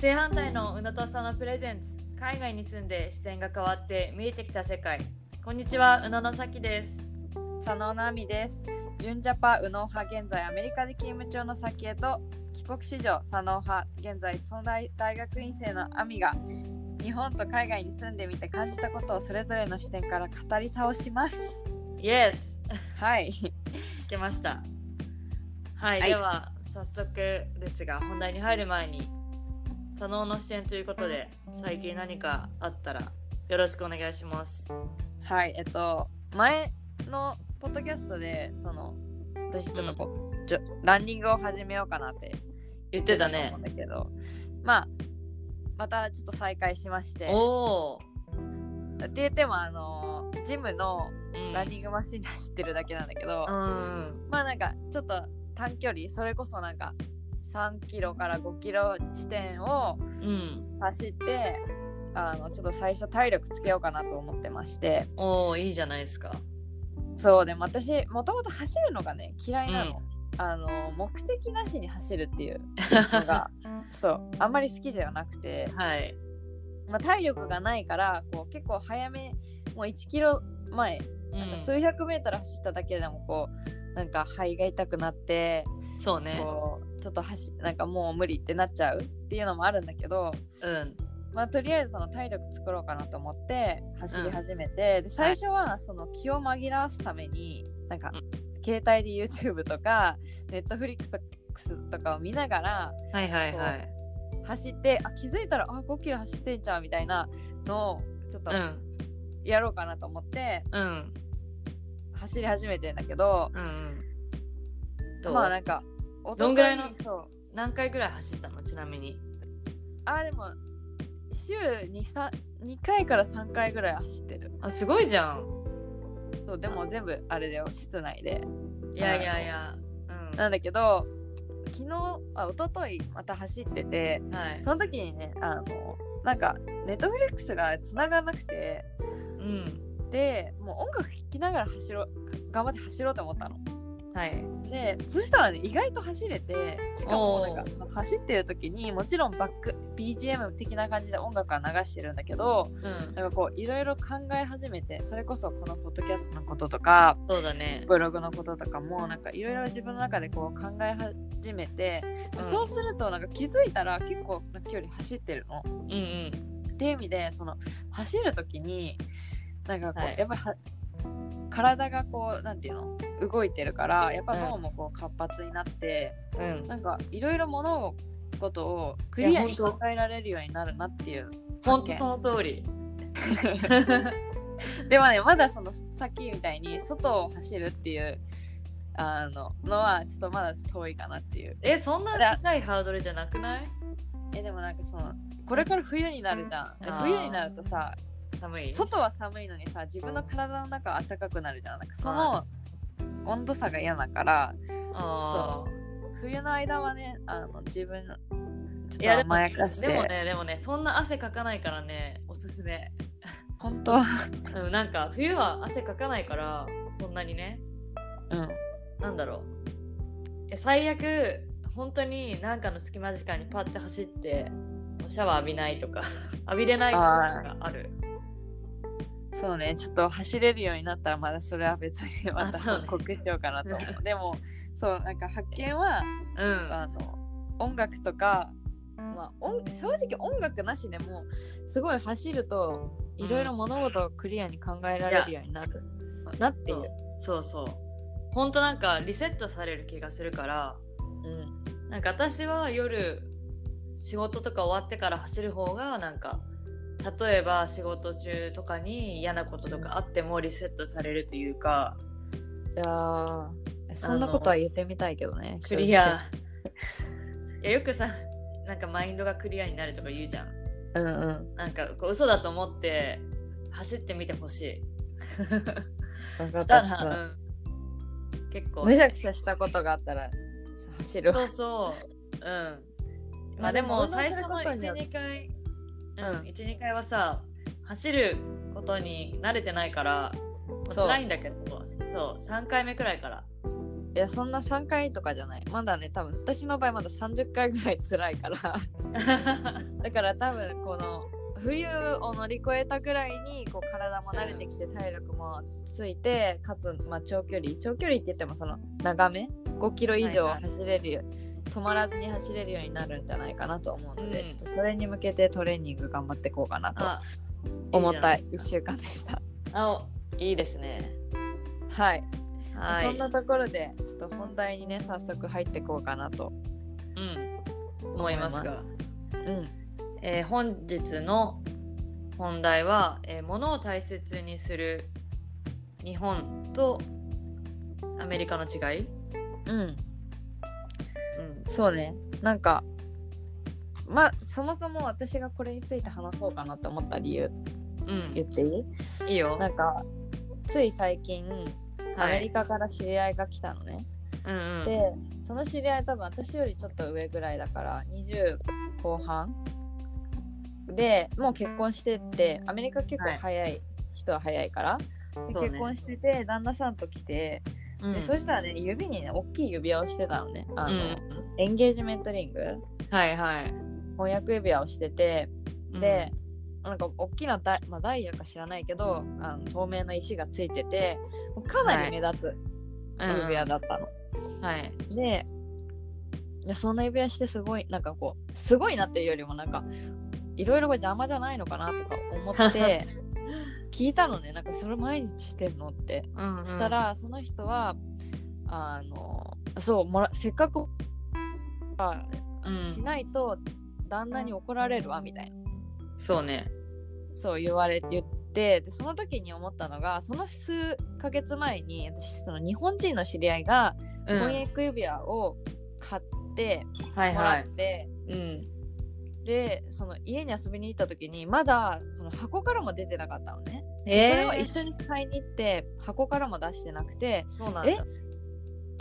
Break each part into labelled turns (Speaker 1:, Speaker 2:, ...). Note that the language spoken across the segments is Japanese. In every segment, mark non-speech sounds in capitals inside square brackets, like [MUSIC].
Speaker 1: 正反対のうなとさんのプレゼンツ海外に住んで視点が変わって見えてきた世界こんにちはうなのさきです
Speaker 2: 佐野奈美です。純ジャパ右脳派現在アメリカで勤務中の先へと帰国子女左脳派現在東大大学院生の亜美が日本と海外に住んでみて感じたことをそれぞれの視点から語り倒します。
Speaker 1: イエス
Speaker 2: はい。
Speaker 1: 聞けましたはい、
Speaker 2: はい
Speaker 1: では早速ですが本題に入る前に多能の視点ということで最近何かあったらよろしくお願いします
Speaker 2: はい、えっと、前のポッドキャストで、その、私ちょっとこう、ちょランニングを始めようかなって
Speaker 1: 言ってたね
Speaker 2: 思うんだけど、まあ、またちょっと再開しまして、っ
Speaker 1: おお、
Speaker 2: て言っても、あの、ジムの
Speaker 1: うん、
Speaker 2: ランニングマシンで走ってるだけなんだけど、
Speaker 1: うん
Speaker 2: まあなんか、ちょっと短距離、それこそなんか、3キロから5キロ地点を
Speaker 1: うん
Speaker 2: 走って、あの、ちょっと最初体力つけようかなと思ってまして、
Speaker 1: おおいいじゃないですか
Speaker 2: そうでも私もともと走るのがね嫌いなの,、あの目的なしに走る
Speaker 1: [LAUGHS]
Speaker 2: っていうのがそうあんまり好きじゃなくて、
Speaker 1: はい
Speaker 2: まあ、体力がないからこう結構早めもう1キロ前なんか数百メートル走っただけでもこうなんか肺が痛くなって
Speaker 1: うん、そうね
Speaker 2: こうちょっと走なんかもう無理ってなっちゃうっていうのもあるんだけど、
Speaker 1: うん
Speaker 2: まあ、とりあえずその体力作ろうかなと思って走り始めて、で最初はその気を紛らわすためになんか
Speaker 1: う
Speaker 2: 携帯で YouTube とか Netflix とかを見ながら
Speaker 1: はいはいはい
Speaker 2: 走ってあ気づいたらあ5キロ走ってんじゃんみたいなのをちょっと
Speaker 1: うん
Speaker 2: やろうかなと思って
Speaker 1: うん
Speaker 2: 走り始めてんだけど、
Speaker 1: うんうんどう、
Speaker 2: まあなんか
Speaker 1: どんぐらいの
Speaker 2: おととそう
Speaker 1: 何回ぐらい走ったのちなみに
Speaker 2: あでも週 2, さ2回から3回ぐらい走ってる
Speaker 1: あすごいじゃん
Speaker 2: そうでも全部あれだよ室内で
Speaker 1: いやいやいやうん
Speaker 2: なんだけど昨日あ一昨日また走ってて
Speaker 1: はい
Speaker 2: その時にねあのなんかネットフリックスが繋がんなくて
Speaker 1: うん
Speaker 2: でもう音楽聴きながら走ろう頑張って走ろうと思ったの。
Speaker 1: はい
Speaker 2: でそしたらね意外と走れてしかもなん
Speaker 1: お
Speaker 2: か
Speaker 1: ー
Speaker 2: その走ってる時にもちろんバック BGM 的な感じで音楽は流してるんだけど
Speaker 1: うん
Speaker 2: なんかこういろいろ考え始めてそれこそこのポッドキャストのこととか
Speaker 1: そうだね
Speaker 2: ブログのこととかもなんかいろいろ自分の中でこう考え始めて、で
Speaker 1: うん
Speaker 2: そうするとなんか気づいたら結構な距離走ってるの。
Speaker 1: うんうん
Speaker 2: っていう意味でその走る時になんかこう、
Speaker 1: はい
Speaker 2: やっぱりは体がこうなんていうの動いてるからやっぱ脳もこう活発になって、
Speaker 1: うん
Speaker 2: なんかいろいろ物をことをクリアに
Speaker 1: いや
Speaker 2: 考
Speaker 1: 本当
Speaker 2: えられるようになるなっていう
Speaker 1: 本当
Speaker 2: 見
Speaker 1: その通り
Speaker 2: でもねまだそのさっきみたいに外を走るっていうあののはちょっとまだ遠いかなっていう
Speaker 1: えそんな高いハードルじゃなくない
Speaker 2: えでもなんかそのこれから冬になるじゃんで
Speaker 1: あー
Speaker 2: 冬になるとさ
Speaker 1: 寒い
Speaker 2: 外は寒いのにさ自分の体の中は暖かくなるじゃんなんかそ
Speaker 1: は
Speaker 2: の温度差が嫌だから
Speaker 1: あ
Speaker 2: 冬の間はねあの自分の
Speaker 1: ー
Speaker 2: ちょっと甘やかし
Speaker 1: でも
Speaker 2: て
Speaker 1: ねでもねそんな汗かかないからねおすすめ
Speaker 2: 本当は
Speaker 1: うんなんか冬は汗かかないからそんなにね
Speaker 2: うん
Speaker 1: なんだろうえ最悪本当に何かの隙間時間にパッて走ってもうシャワー浴びないとか [LAUGHS] 浴びれないことがある
Speaker 2: そうねちょっと走れるようになったらまだそれは別にまた
Speaker 1: そう
Speaker 2: 報
Speaker 1: ね
Speaker 2: 告しようかなと思
Speaker 1: [LAUGHS]
Speaker 2: うでもそうなんか発見は
Speaker 1: うん
Speaker 2: あの音楽とか、まあ、音正直音楽なしでもすごい走るといろいろ物事をクリアに考えられるようになる、なっていう。
Speaker 1: そうそうそう本当なんかリセットされる気がするから
Speaker 2: うん
Speaker 1: なんか私は夜仕事とか終わってから走る方がなんか例えば仕事中とかに嫌なこととかあってもリセットされるというか
Speaker 2: いやーそんなことは言ってみたいけどね。
Speaker 1: クリアいやよくさなんかマインドがクリアになるとか言うじゃん
Speaker 2: 正直。うんうん。
Speaker 1: なんかこう嘘だと思って走ってみてほしい。
Speaker 2: 分か
Speaker 1: し、
Speaker 2: ったたわから
Speaker 1: うん結
Speaker 2: った
Speaker 1: 構
Speaker 2: むしゃくしゃしたことがあったら走るわ。
Speaker 1: そうそう。うん。まあでも
Speaker 2: 運動
Speaker 1: 最
Speaker 2: す
Speaker 1: 初
Speaker 2: る
Speaker 1: の
Speaker 2: こと
Speaker 1: 1、
Speaker 2: によって
Speaker 1: 2回、
Speaker 2: う
Speaker 1: う
Speaker 2: ん
Speaker 1: ん、1、2回はさ、走ることに慣れてないから、まあ
Speaker 2: そう [LAUGHS]
Speaker 1: 辛いんだけど、そう、3回目くらいから
Speaker 2: いやそんな3回とかじゃないまだね多分私の場合まだ30回ぐらい辛いからだから多分この冬を乗り越えたぐらいにこう体も慣れてきて体力もついてかつ、まあ、長距離長距離って言ってもその長め5キロ以上
Speaker 1: はいはい
Speaker 2: 走れるよ、止まらずに走れるようになるんじゃないかなと思うので、
Speaker 1: うん
Speaker 2: ちょっとそれに向けてトレーニング頑張っていこうかなと
Speaker 1: あ
Speaker 2: 思った
Speaker 1: いい
Speaker 2: 1
Speaker 1: じ
Speaker 2: 週間でし
Speaker 1: ゃ
Speaker 2: た。
Speaker 1: ないあおいいですね
Speaker 2: はい、
Speaker 1: はい
Speaker 2: そんなところでちょっと本題にね早速入っていこうかなと。
Speaker 1: うん思いますが
Speaker 2: うん
Speaker 1: えー本日の本題は、えー物を大切にする日本とアメリカの違い、
Speaker 2: うん
Speaker 1: うん、
Speaker 2: そうねなんかまあそもそも私がこれについて話そうかなと思った理由言っていい
Speaker 1: いいよ
Speaker 2: なんかつい最近ア
Speaker 1: は
Speaker 2: メリ
Speaker 1: い
Speaker 2: カから知り合いが来たのね、
Speaker 1: うんうん
Speaker 2: でその知り合い多分私よりちょっと上ぐらいだから20後半でもう結婚してってアメリカ結構早い人は早いから、で
Speaker 1: そうね
Speaker 2: 結婚してて旦那さんと来て、
Speaker 1: うん
Speaker 2: でそしたらね指にね大きい指輪をしてたのねあ
Speaker 1: う
Speaker 2: の、
Speaker 1: ん
Speaker 2: エンゲージメントリング
Speaker 1: はいはい
Speaker 2: 婚約指輪をしてて、で、なんか大きなダイ,、まあ、ダイヤか知らないけどあの透明の石がついててかなり目立つ
Speaker 1: うんうん
Speaker 2: 指輪だったの。
Speaker 1: はい
Speaker 2: でいやそんな指輪してすごいなんかこうすごいなっていうよりもなんかいろいろこう邪魔じゃないのかなとか思って
Speaker 1: [LAUGHS]
Speaker 2: 聞いたのねなんかそれ毎日してんのって。
Speaker 1: うんうん
Speaker 2: したらその人はあのそうもらせっかく
Speaker 1: うん
Speaker 2: しないと旦那に怒られるわみたいな
Speaker 1: そうね
Speaker 2: そう言われて言ってでその時に思ったのがその数ヶ月前に私その日本人の知り合いが
Speaker 1: うん
Speaker 2: 婚約指輪を買って
Speaker 1: はい
Speaker 2: も
Speaker 1: は
Speaker 2: らっ
Speaker 1: い
Speaker 2: て、
Speaker 1: うん
Speaker 2: でその家に遊びに行った時にまだその箱からも出てなかったのね、それを一緒に買いに行って箱からも出してなくて
Speaker 1: そうなんだ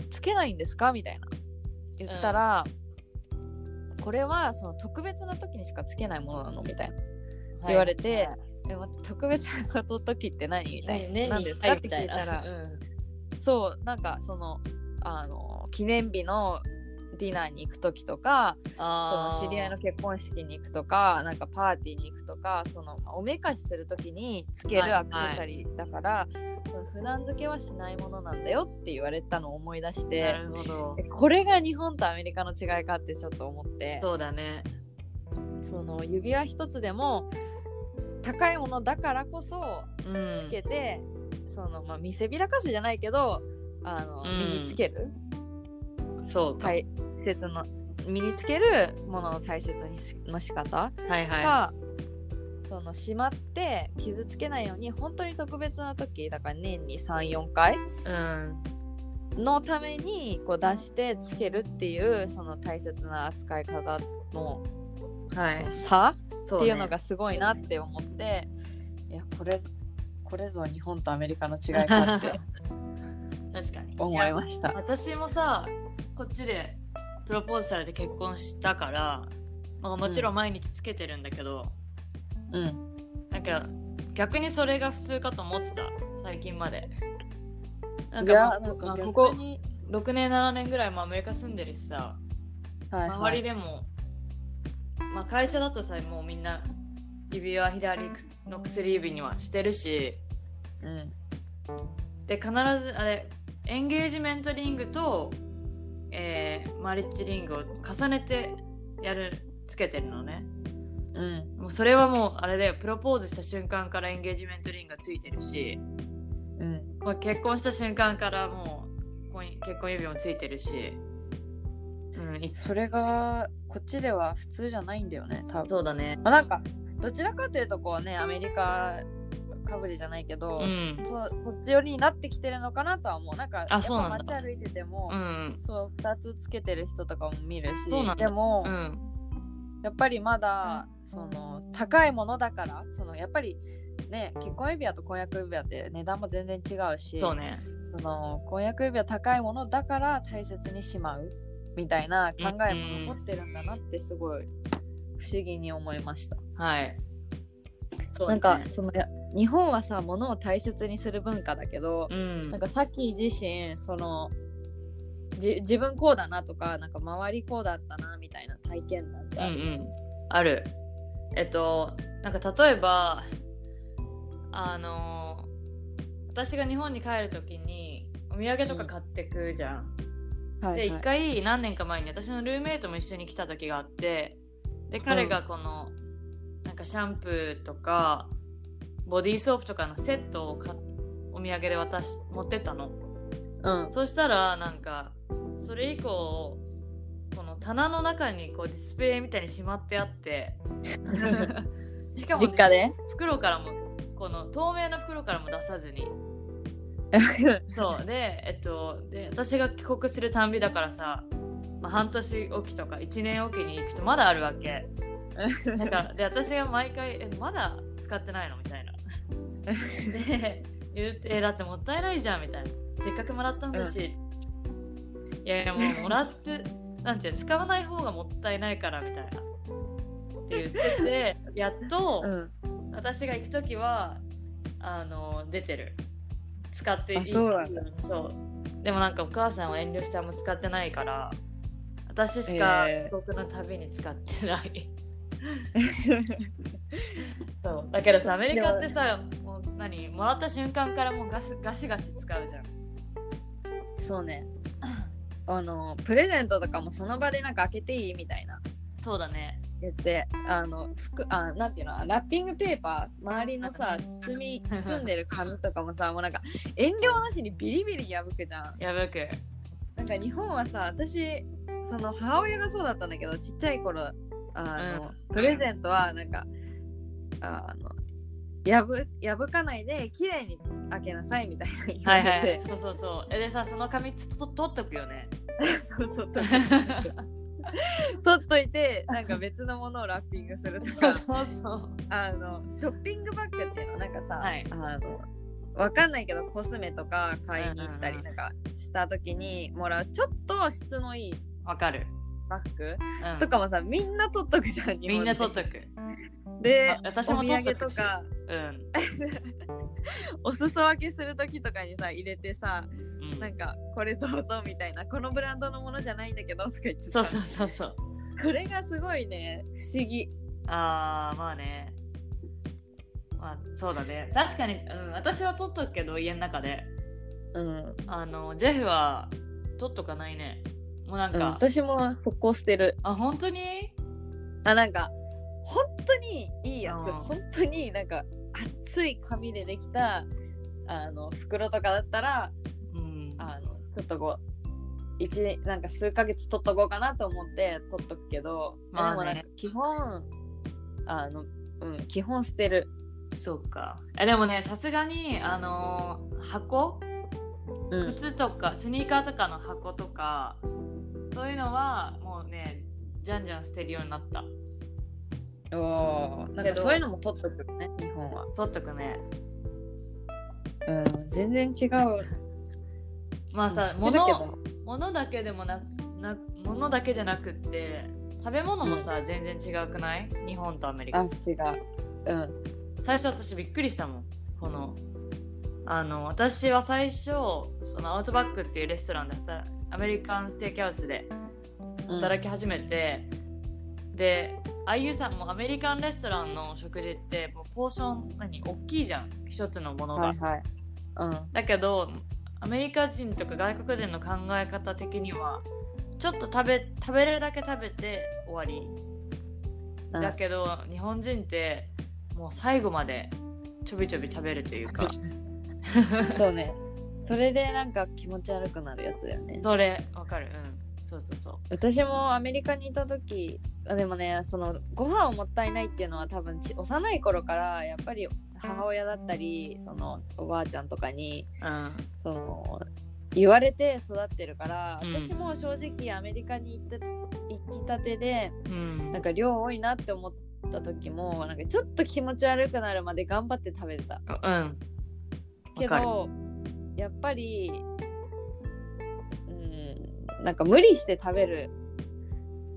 Speaker 2: つけないんですかみたいな言ったら、これはその特別な時にしかつけないものなのみたいな言われてえ待って特別な時って何みたいな、
Speaker 1: ね
Speaker 2: 何ですかって
Speaker 1: み
Speaker 2: 聞いたらそうなんかそのあの記念日のディナーに行く時とかそ
Speaker 1: あ
Speaker 2: の知り合いの結婚式に行くとかなんかパーティーに行くとかそのおめかしする時につけ
Speaker 1: はい
Speaker 2: るアクセサリーだから、その普段付けはしないものなんだよって言われたのを思い出し
Speaker 1: な
Speaker 2: て
Speaker 1: るほど
Speaker 2: でこれが日本とアメリカの違いかってちょっと思って
Speaker 1: そうだね
Speaker 2: その指輪一つでも高いものだからこそ
Speaker 1: うん
Speaker 2: つけて、そのまあ、見せびらかすじゃないけどあの、
Speaker 1: うん
Speaker 2: 身につける
Speaker 1: そうか
Speaker 2: 大切な身につけるものの大切にしの仕方
Speaker 1: はいはい
Speaker 2: が、そのしまって傷つけないように本当に特別な時だから年に34回
Speaker 1: うん
Speaker 2: のためにこう出してつけるっていうその大切な扱い方の
Speaker 1: はい
Speaker 2: 差
Speaker 1: そ
Speaker 2: っていうのが
Speaker 1: ね
Speaker 2: すごいなって思って、いやこれぞこれぞ日本とアメリカの違いか
Speaker 1: [LAUGHS]
Speaker 2: って
Speaker 1: 確かに
Speaker 2: 思い
Speaker 1: や
Speaker 2: ました。
Speaker 1: 私もさこっちでプロポーズされて結婚したから、まあ、もちろん毎日つけてるんだけど、
Speaker 2: うん、
Speaker 1: なんか逆にそれが普通かと思ってた最近までなん
Speaker 2: いや
Speaker 1: か
Speaker 2: なんか
Speaker 1: まあ
Speaker 2: 逆
Speaker 1: ここ
Speaker 2: に
Speaker 1: 6年7年ぐらいもアメリカ住んでるしさ
Speaker 2: はいはい
Speaker 1: 周りでも、まあ、会社だとさもうみんな指輪左の薬指にはしてるし
Speaker 2: うん
Speaker 1: で必ずあれエンゲージメントリングと、えーマリッジリングを重ねてやるつけてるのね
Speaker 2: うん
Speaker 1: もうそれはもうあれだよプロポーズした瞬間からエンゲージメントリングがついてるし
Speaker 2: うん
Speaker 1: もう結婚した瞬間からもう婚結婚指もついてるし、うん、い
Speaker 2: それがこっちでは普通じゃないんだよね多分
Speaker 1: そうだね
Speaker 2: まあ、なんかどちらかというとこうねアメリカかぶりじゃないけど、
Speaker 1: うん
Speaker 2: そそっち寄りになってきてるのかなとは思うなんか
Speaker 1: あそうなんだ
Speaker 2: やっぱ街歩いてても、
Speaker 1: うん
Speaker 2: そう2つつけてる人とかも見るし
Speaker 1: そうなんだ
Speaker 2: でも、
Speaker 1: うん
Speaker 2: やっぱりまだその高いものだからそのやっぱりね結婚指輪と婚約指輪って値段も全然違うし
Speaker 1: そうね
Speaker 2: その婚約指輪高いものだから大切にしまうみたいな考えも残ってるんだなってすごい不思議に思いました。
Speaker 1: はいそう
Speaker 2: な
Speaker 1: だ
Speaker 2: ん
Speaker 1: ね
Speaker 2: かそのや日本はさ物を大切にする文化だけど、
Speaker 1: うん
Speaker 2: なんかさっき自身そのじ自分こうだなとかなんか周りこうだったなみたいな体験なんて
Speaker 1: うんう
Speaker 2: ある、
Speaker 1: ん、あるえっとなんか例えばあの私が日本に帰る時にお土産とか買ってくじゃん、
Speaker 2: はい
Speaker 1: で
Speaker 2: はい
Speaker 1: 一回何年か前に私のルーメイトも一緒に来た時があってで彼がこの、なんかシャンプーとかボディーソープとかのセットを買っお土産で渡し持ってったの
Speaker 2: うん
Speaker 1: そしたらなんかそれ以降この棚の中にこうディスプレイみたいにしまってあってしかもね、
Speaker 2: 実家で
Speaker 1: 袋からもこの透明な袋からも出さ
Speaker 2: [LAUGHS]
Speaker 1: ずにそうでえっとで私が帰国するたんびだからさ、まあ、半年おきとか1年おきに行くとまだあるわけだ
Speaker 2: [LAUGHS]
Speaker 1: からで私が毎回「えまだ使ってないの?」みたいなで言うてえ「だってもったいないじゃん」みたいな「せっかくもらったんだし」いやいやもうもら
Speaker 2: [LAUGHS]
Speaker 1: ってなんていうの使わない方がもったいないから」みたいなって言っててやっと、
Speaker 2: うん
Speaker 1: 私が行く時はあの出てる使っていい
Speaker 2: あそうなんだ
Speaker 1: そうでもなんかお母さんは遠慮してあんま使ってないから私しか
Speaker 2: えー
Speaker 1: 帰国のたびに使ってない、そうだけどさアメリカってさもう何もらった瞬間からもうガスガシガシ使うじゃん
Speaker 2: そうね [CLEARS THROAT] あのプレゼントとかもその場でなんか開けていいみたいな
Speaker 1: そうだね
Speaker 2: 言ってあの服あなんていうのラッピングペーパー周りのさ包み包んでる紙とかもさもうなんか遠慮なしにビリビリ破くじゃん
Speaker 1: やばく
Speaker 2: なんか日本はさ私その母親がそうだったんだけどちっちゃい頃あの、プレゼントはなんかあの破破かないで綺麗に開けなさいみたいな言わ
Speaker 1: は
Speaker 2: れ
Speaker 1: い
Speaker 2: て、
Speaker 1: はいそうそうそうえでさその紙つと取っとくよね
Speaker 2: そうそう取取っと
Speaker 1: [LAUGHS]
Speaker 2: いてなんか別のものをラッピングするとか
Speaker 1: そうそう
Speaker 2: あのショッピングバッグっていうのなんかさ、
Speaker 1: はい
Speaker 2: あのわかんないけどコスメとか買いに行った
Speaker 1: うん
Speaker 2: り
Speaker 1: うん
Speaker 2: なんかした時にもらうちょっと質のいい
Speaker 1: わかる、
Speaker 2: バッグ
Speaker 1: うん、
Speaker 2: とかもさみんな取っとくじゃん
Speaker 1: みんな取っと
Speaker 2: く
Speaker 1: く
Speaker 2: で
Speaker 1: あ私も
Speaker 2: お
Speaker 1: 取
Speaker 2: 土
Speaker 1: っとく
Speaker 2: 産と
Speaker 1: し
Speaker 2: か
Speaker 1: うん
Speaker 2: お裾分けする時とかにさ入れてさ
Speaker 1: うん
Speaker 2: なんかこれどうぞみたいなこのブランドのものじゃないんだけどとか言って
Speaker 1: そ
Speaker 2: さ
Speaker 1: うそうそうそう。
Speaker 2: これがすごいね不思議
Speaker 1: ああ、まあね。まあ、そうだね。確かに、うん、私は取っとくけど、家の中で。
Speaker 2: うん
Speaker 1: あの、ジェフは取っとかないね。もうなんか、
Speaker 2: 私もそこ捨てる
Speaker 1: あ、本当に
Speaker 2: あなんか本当にいいやつ
Speaker 1: うん
Speaker 2: 本当になんか熱い紙でできたあの袋とかだったら
Speaker 1: うん。
Speaker 2: あのちょっとこう一なんか数ヶ月取っとこうかなと思って取っとくけど、
Speaker 1: まあね
Speaker 2: でもなんか基本あのうん基本捨てる
Speaker 1: そうか。え、でもね、さすがに、あのー箱
Speaker 2: うん
Speaker 1: 靴とか、スニーカーとかの箱とか、そういうのは、もうね、じゃんじゃん捨てるようになった。
Speaker 2: おーなん
Speaker 1: け
Speaker 2: か
Speaker 1: ど
Speaker 2: そういうのも取っとくよね日本は、
Speaker 1: 取っとくね。
Speaker 2: うん、全然違う
Speaker 1: まあさ、
Speaker 2: もの
Speaker 1: 物を、物だけでもなな物だけじゃなくって食べ物もさ、全然違くない日本とアメリカ
Speaker 2: あ違ううん
Speaker 1: 最初私びっくりしたもんこのあの私は最初そのアウトバックっていうレストランで働アメリカンステーキハウスで働き始めて、であゆさんもアメリカンレストランの食事ってもうポーション何大きいじゃん一つのもの
Speaker 2: うん
Speaker 1: が、
Speaker 2: はいはいうん
Speaker 1: だけどアメリカ人とか外国人の考え方的にはちょっと食べ食べれるだけ食べて終わり
Speaker 2: うん
Speaker 1: だけど日本人ってもう最後までちょびちょび食べるというか
Speaker 2: [LAUGHS] そうね。それでなんか気持ち悪くなるやつだよね。
Speaker 1: それわかるうんそうそうそう
Speaker 2: 私もアメリカにいた時あでもねそのご飯をもったいないっていうのは多分ち幼い頃からやっぱり母親だったりそのおばあちゃんとかに
Speaker 1: うん
Speaker 2: その言われて育ってるから
Speaker 1: うん
Speaker 2: 私も正直アメリカに行った行きたてで
Speaker 1: うん
Speaker 2: なんか量多いなって思った時もなんかちょっと気持ち悪くなるまで頑張って食べてた。
Speaker 1: うん
Speaker 2: け
Speaker 1: わかる
Speaker 2: どやっぱりうんなんか無理して食べる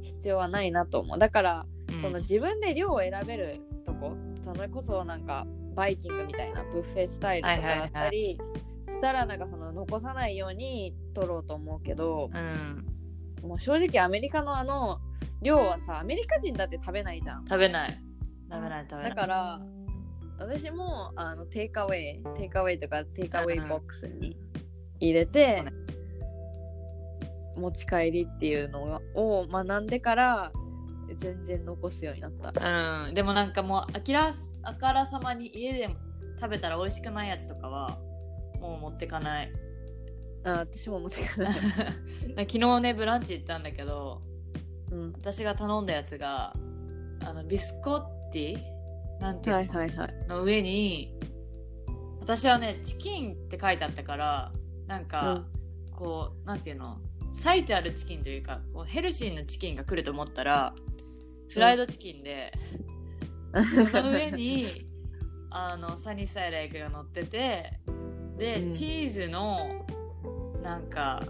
Speaker 2: 必要はないなと思うだから、
Speaker 1: うん
Speaker 2: その自分で量を選べるとこそれこそなんかバイキングみたいなブッフェスタイルとかだったり、したらなんかその残さないように取ろうと思うけど
Speaker 1: うん
Speaker 2: もう正直アメリカのあの量はさアメリカ人だって食べないじゃん
Speaker 1: 食べない食べない食べない
Speaker 2: だから私もあのテイクアウェイテイクアウェイとかテイクアウェイボックスに入れて
Speaker 1: う
Speaker 2: 持ち帰りっていうのがを学んでから全然残すようになった
Speaker 1: うん、でもなんかもうあきらあからさまに家でも食べたら美味しくないやつとかはもう持ってかない
Speaker 2: あ私も持ってか
Speaker 1: な
Speaker 2: なん [LAUGHS] い
Speaker 1: か [LAUGHS] 昨日ねブランチ行ったんだけど
Speaker 2: うん
Speaker 1: 私が頼んだやつがあのビスコッティなんていうの,、
Speaker 2: はいはいはい
Speaker 1: の上に私はねチキンって書いてあったからなんか、こうなんていうの裂いてあるチキンというかこうヘルシーなチキンが来ると思ったらフライドチキンで。その上にあのサニーサイドエッグが乗っててで、
Speaker 2: うん
Speaker 1: チーズのなんか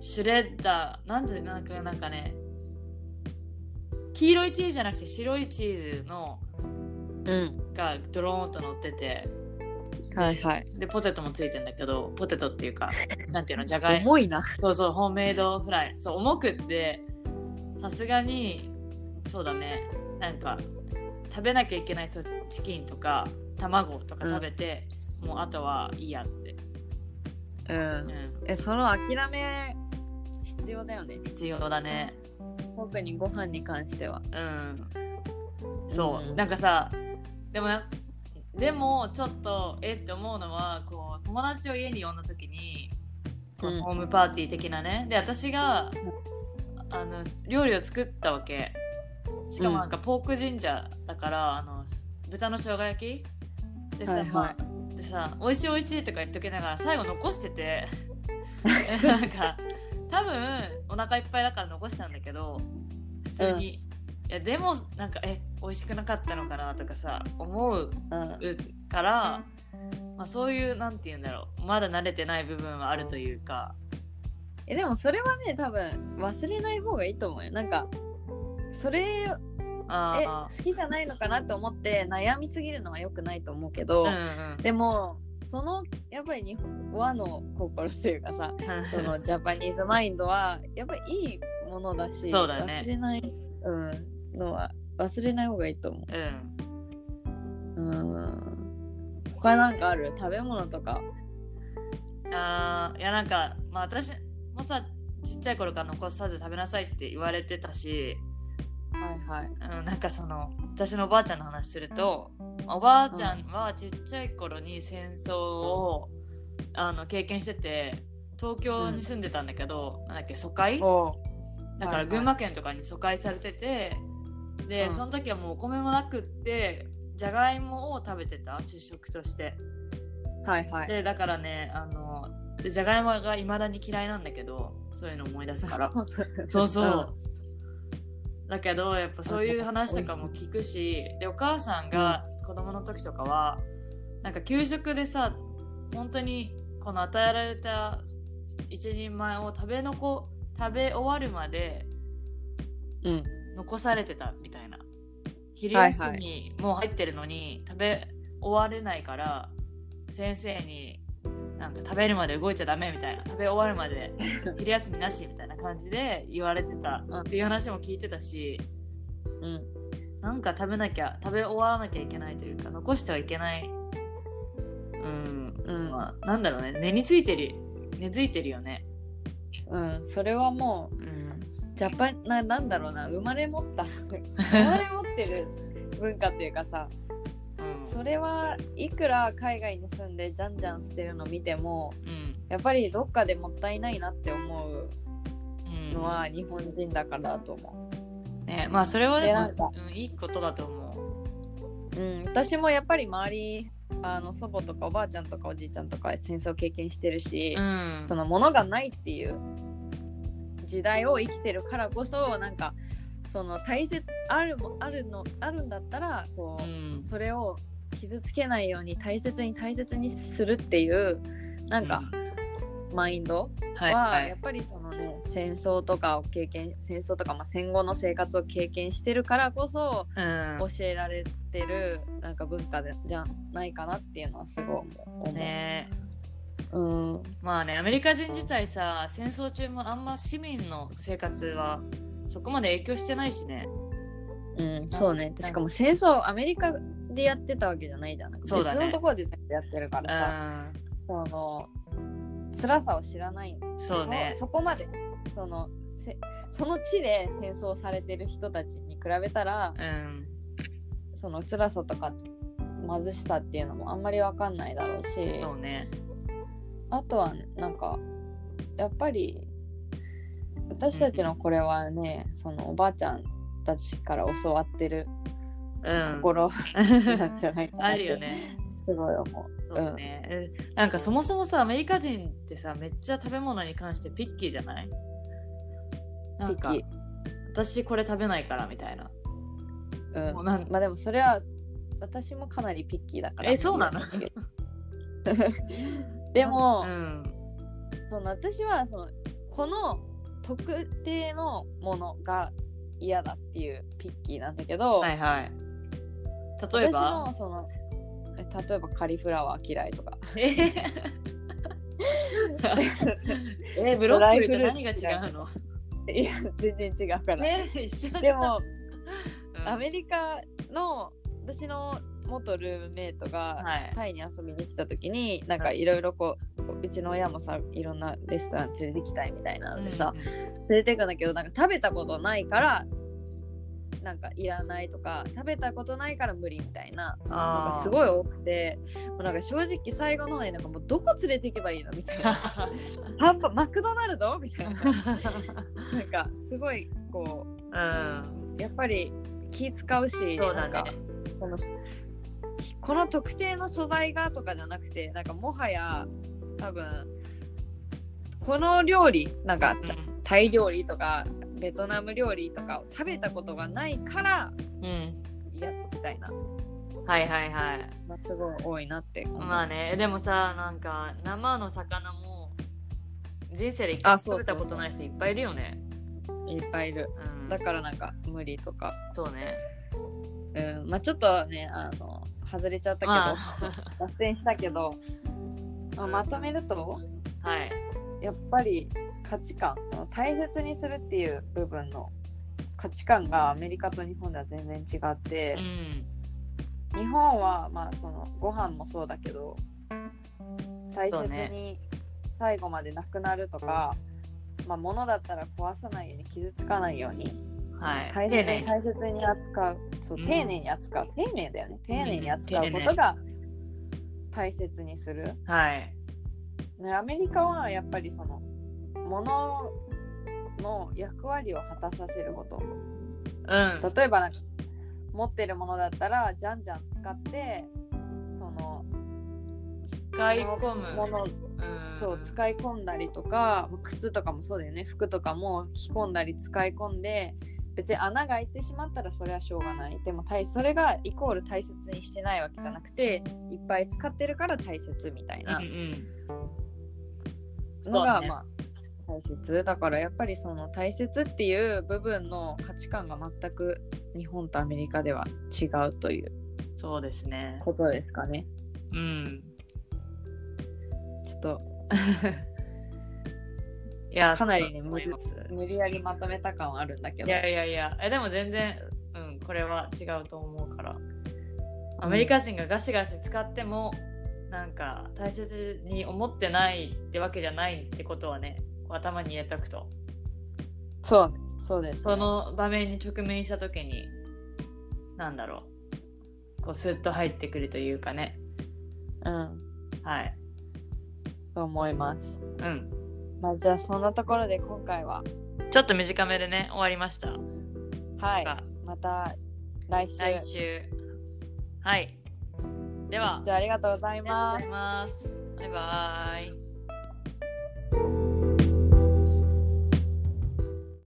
Speaker 1: シュレッダーなんでなんかなんかね黄色いチーズじゃなくて白いチーズの
Speaker 2: [LAUGHS] うん
Speaker 1: がドローンと乗ってて
Speaker 2: [LAUGHS] はいはい
Speaker 1: でポテトもついてんだけどポテトっていうかなんていうのじゃがい
Speaker 2: 重いな
Speaker 1: そうそうホームメイドフライそう重くってさすがにそうだねなんか食べなきゃいけないとチキンとか卵とか食べて、もうあとはいいやって、う
Speaker 2: う
Speaker 1: んん、
Speaker 2: えその諦め必要だよね
Speaker 1: 必要だね
Speaker 2: 特にご飯に関しては
Speaker 1: うんそう、
Speaker 2: うん
Speaker 1: なんかさでもなでもちょっとえって思うのはこう友達と家に呼んだ時にこう
Speaker 2: うん
Speaker 1: ホームパーティー的なねで私があの料理を作ったわけしかもなんかポークジンジャーだから、あの豚の生姜焼きでさ、
Speaker 2: はいはい
Speaker 1: まあでさ美味しい美味しいとか言っときながら最後残してて
Speaker 2: [LAUGHS]
Speaker 1: なんか多分お腹いっぱいだから残したんだけど普通に、いやでもなんかえ美味しくなかったのかなとかさ思う
Speaker 2: うん
Speaker 1: から、まあ、そういうなんて言うんだろうまだ慣れてない部分はあるというか
Speaker 2: えでもそれはね多分忘れない方がいいと思うよなんかそれえ
Speaker 1: あ
Speaker 2: 好きじゃないのかなって思って悩みすぎるのは良くないと思うけ
Speaker 1: あ
Speaker 2: ど、
Speaker 1: うんうん
Speaker 2: でもそのやっぱり日本和の心というかさ
Speaker 1: [LAUGHS]
Speaker 2: そのジャパニーズマインドはやっぱりいいものだし
Speaker 1: そうだね
Speaker 2: 忘れない、うん、のは忘れない方がいいと思
Speaker 1: うん
Speaker 2: ううん他なんかある食べ物とか
Speaker 1: あーいやなんか、まあ、私もさちっちゃい頃から残さず食べなさいって言われてたし、
Speaker 2: はいはい
Speaker 1: うん、なんかその私のおばあちゃんの話するとまあおばあちゃんはちっちゃい頃に戦争をあの経験してて東京に住んでたんだけど、なんだっけ疎開
Speaker 2: お
Speaker 1: だから
Speaker 2: はいはい
Speaker 1: 群馬県とかに疎開されてて、で、
Speaker 2: うん
Speaker 1: その時はもうお米もなくってじゃがいもを食べてた主食として
Speaker 2: はいはい
Speaker 1: でだからねあのでじゃがいもがいまだに嫌いなんだけどそういうの思い出すからそうそう、だけどやっぱそういう話とかも聞くしでお母さんが子供の時とかはなんか給食でさ本当にこの与えられた一人前を食べのこ食べ終わるまで
Speaker 2: [LAUGHS] うん
Speaker 1: 残されてたみたいな昼
Speaker 2: はいはい
Speaker 1: 休みもう入ってるのに食べ終われないから先生になんか食べるまで動いちゃダメみたいな食べ終わるま [LAUGHS] で昼休みなしみたいな感じで言われてたっていう話も聞いてたし
Speaker 2: うん
Speaker 1: なんか食べなきゃ食べ終わらなきゃいけないというか残してはいけないうん、
Speaker 2: うん
Speaker 1: まあ、なんだろうね根についてる根付いてるよね、
Speaker 2: うん、それはも
Speaker 1: うん、
Speaker 2: うジャパンななんだろうな生まれ持った
Speaker 1: [LAUGHS]
Speaker 2: 生まれ持ってる文化というかさそれはいくら海外に住んでじゃんじゃん捨てるの見ても
Speaker 1: うん
Speaker 2: やっぱりどっかでもったいないなって思う
Speaker 1: うん
Speaker 2: のは日本人だからだと思
Speaker 1: ねまあそれはで
Speaker 2: で
Speaker 1: も
Speaker 2: なんか
Speaker 1: うん、いいことだと思
Speaker 2: う、うん、私もやっぱり周りあの祖母とかおばあちゃんとかおじいちゃんとか戦争経験してるし
Speaker 1: う、うん
Speaker 2: その物がないっていう時代を生きてるからこそなんかその大切あるもあるのあるんだったらこう、
Speaker 1: うん
Speaker 2: それを傷つけないように大切に大切にするっていうなんか、マインド
Speaker 1: うんはいは
Speaker 2: はや
Speaker 1: い
Speaker 2: っぱりそのね戦争とかを経験戦争とかまあ戦後の生活を経験してるからこそ
Speaker 1: うん
Speaker 2: 教えられてるなんか文化でじゃないかなっていうのはすごい思う。
Speaker 1: ねえ
Speaker 2: うん
Speaker 1: まあねアメリカ人自体さ戦争中もあんま市民の生活はそこまで影響してないしね
Speaker 2: うん、そうね。しかも戦争、アメリカでやってたわけじゃないじゃん。なんか
Speaker 1: そうだね
Speaker 2: 別のところでずっとやってるか
Speaker 1: う
Speaker 2: らさ、
Speaker 1: ん
Speaker 2: その、辛さを知らないんだよ
Speaker 1: そうね
Speaker 2: そそこま [LAUGHS] で、その、せその地で戦争されてる人たちに比べたら、
Speaker 1: うん
Speaker 2: その辛さとか貧しさっていうのもあんまりわかんないだろうし、
Speaker 1: そうね
Speaker 2: あとは、ね、なんか、やっぱり、私たちのこれはね、そのおばあちゃんたちから教わってる
Speaker 1: うん
Speaker 2: 心、なんじゃないか
Speaker 1: [LAUGHS]
Speaker 2: な
Speaker 1: あるよね
Speaker 2: すごい思う。
Speaker 1: そうね、えなんかそもそもさアメリカ人ってさめっちゃ食べ物に関してピッキーじゃないなんか
Speaker 2: ピッキ
Speaker 1: 私これ食べないからみたいな
Speaker 2: うん
Speaker 1: もうなん
Speaker 2: まあでもそれは私もかなりピッキーだから。
Speaker 1: えそうなの
Speaker 2: [LAUGHS] でも、
Speaker 1: うん
Speaker 2: その私はそのこの特定のものが嫌だっていうピッキーなんだけど、
Speaker 1: はいはい例え
Speaker 2: 私
Speaker 1: ば
Speaker 2: のそのえ例えばカリフラワー嫌いとか [LAUGHS]
Speaker 1: え
Speaker 2: [LAUGHS]
Speaker 1: えブロッコリーと何が違うの
Speaker 2: いや全然違うから、
Speaker 1: ね一緒じゃん
Speaker 2: で
Speaker 1: う
Speaker 2: も、
Speaker 1: ん
Speaker 2: アメリカの私の元ルームメイトが、
Speaker 1: はい
Speaker 2: タイに遊びに来た時になんかいろいろこううちの親もさいろんなレストラン連れてきたいみたいなのでさ、連れてくんだけどなんか食べたことないからなんかいらないとか食べたことないから無理みたいなのがす
Speaker 1: い
Speaker 2: ごい多くてもうなんか正直最後の方になんかもうどこ連れて行けばいいのみたいな
Speaker 1: [LAUGHS]
Speaker 2: ハンバマクドナルドみたいななんかすごいこ
Speaker 1: [LAUGHS] うん
Speaker 2: うやっぱり気使うし
Speaker 1: そうだ
Speaker 2: なんか
Speaker 1: ね
Speaker 2: このこの特定の素材がとかじゃなくてなんかもはや多分この料理なんか、タイ料理とかベトナム料理とかを食べたことがないから
Speaker 1: うん
Speaker 2: 嫌みたいな、
Speaker 1: うんはいはいはい
Speaker 2: まあ、すごい多いなって思う
Speaker 1: まあねでもさなんか生の魚も人生で一
Speaker 2: あ
Speaker 1: 回
Speaker 2: そ
Speaker 1: 食
Speaker 2: うそう
Speaker 1: べたことない人いっぱいいるよね
Speaker 2: いっぱいいる
Speaker 1: うん
Speaker 2: だからなんか無理とか、
Speaker 1: そうね
Speaker 2: うん、まあちょっとねあの外れちゃったけど、
Speaker 1: まあ
Speaker 2: 脱線したけど、まあまとめると
Speaker 1: はい
Speaker 2: やっぱり価値観その大切にするっていう部分の価値観がアメリカと日本では全然違って
Speaker 1: う、ん
Speaker 2: 日本はまあそのご飯もそうだけど大
Speaker 1: そう
Speaker 2: 切
Speaker 1: ね
Speaker 2: に最後までなくなるとか、まあ物だったら壊さないように傷つかないように
Speaker 1: はい
Speaker 2: 大切
Speaker 1: 丁
Speaker 2: に
Speaker 1: 寧
Speaker 2: 大切に扱うそう
Speaker 1: うん
Speaker 2: 丁寧に扱う、丁寧だよね丁寧に扱う
Speaker 1: 丁寧
Speaker 2: ことが大切にする、
Speaker 1: はい
Speaker 2: ね、アメリカはやっぱりその物の役割を果たさせること
Speaker 1: うん
Speaker 2: 例えばなんか持ってるものだったらじゃんじゃん使ってその
Speaker 1: 使い込む
Speaker 2: もの
Speaker 1: うん
Speaker 2: そう使い込んだりとか靴とかもそうだよね服とかも着込んだり使い込んで別に穴が開いてしまったらそれはしょうがないでも大それがイコール大切にしてないわけじゃなくていっぱい使ってるから大切みたいな
Speaker 1: うんうん
Speaker 2: の
Speaker 1: そう
Speaker 2: が、
Speaker 1: ね
Speaker 2: まあ大切だからやっぱりその大切っていう部分の価値観が全く日本とアメリカでは違うという
Speaker 1: そうですね
Speaker 2: ことですかね
Speaker 1: うん
Speaker 2: ちょっと
Speaker 1: いや
Speaker 2: かなりね
Speaker 1: そう思います
Speaker 2: 無理やりまとめた感はあるんだけ
Speaker 1: い
Speaker 2: ど
Speaker 1: やいやいやえでも全然、うん、これは違うと思うからアメリカ人がガシガシ使ってもなんか大切に思ってないってわけじゃないってことはねこう頭に入れとくと
Speaker 2: そうそうです、ね、
Speaker 1: その場面に直面した時になんだろうこうスッと入ってくるというかね
Speaker 2: うん
Speaker 1: はい
Speaker 2: と思います。
Speaker 1: うん
Speaker 2: まあ、じゃあそんなところで今回は、
Speaker 1: ちょっと短めでね終わりました、
Speaker 2: はい、
Speaker 1: が
Speaker 2: また来週。
Speaker 1: 来週はいでは
Speaker 2: ご視聴ありがとうござい
Speaker 1: あ
Speaker 2: ま
Speaker 1: りがとうござい
Speaker 2: す。
Speaker 1: ますバイバイ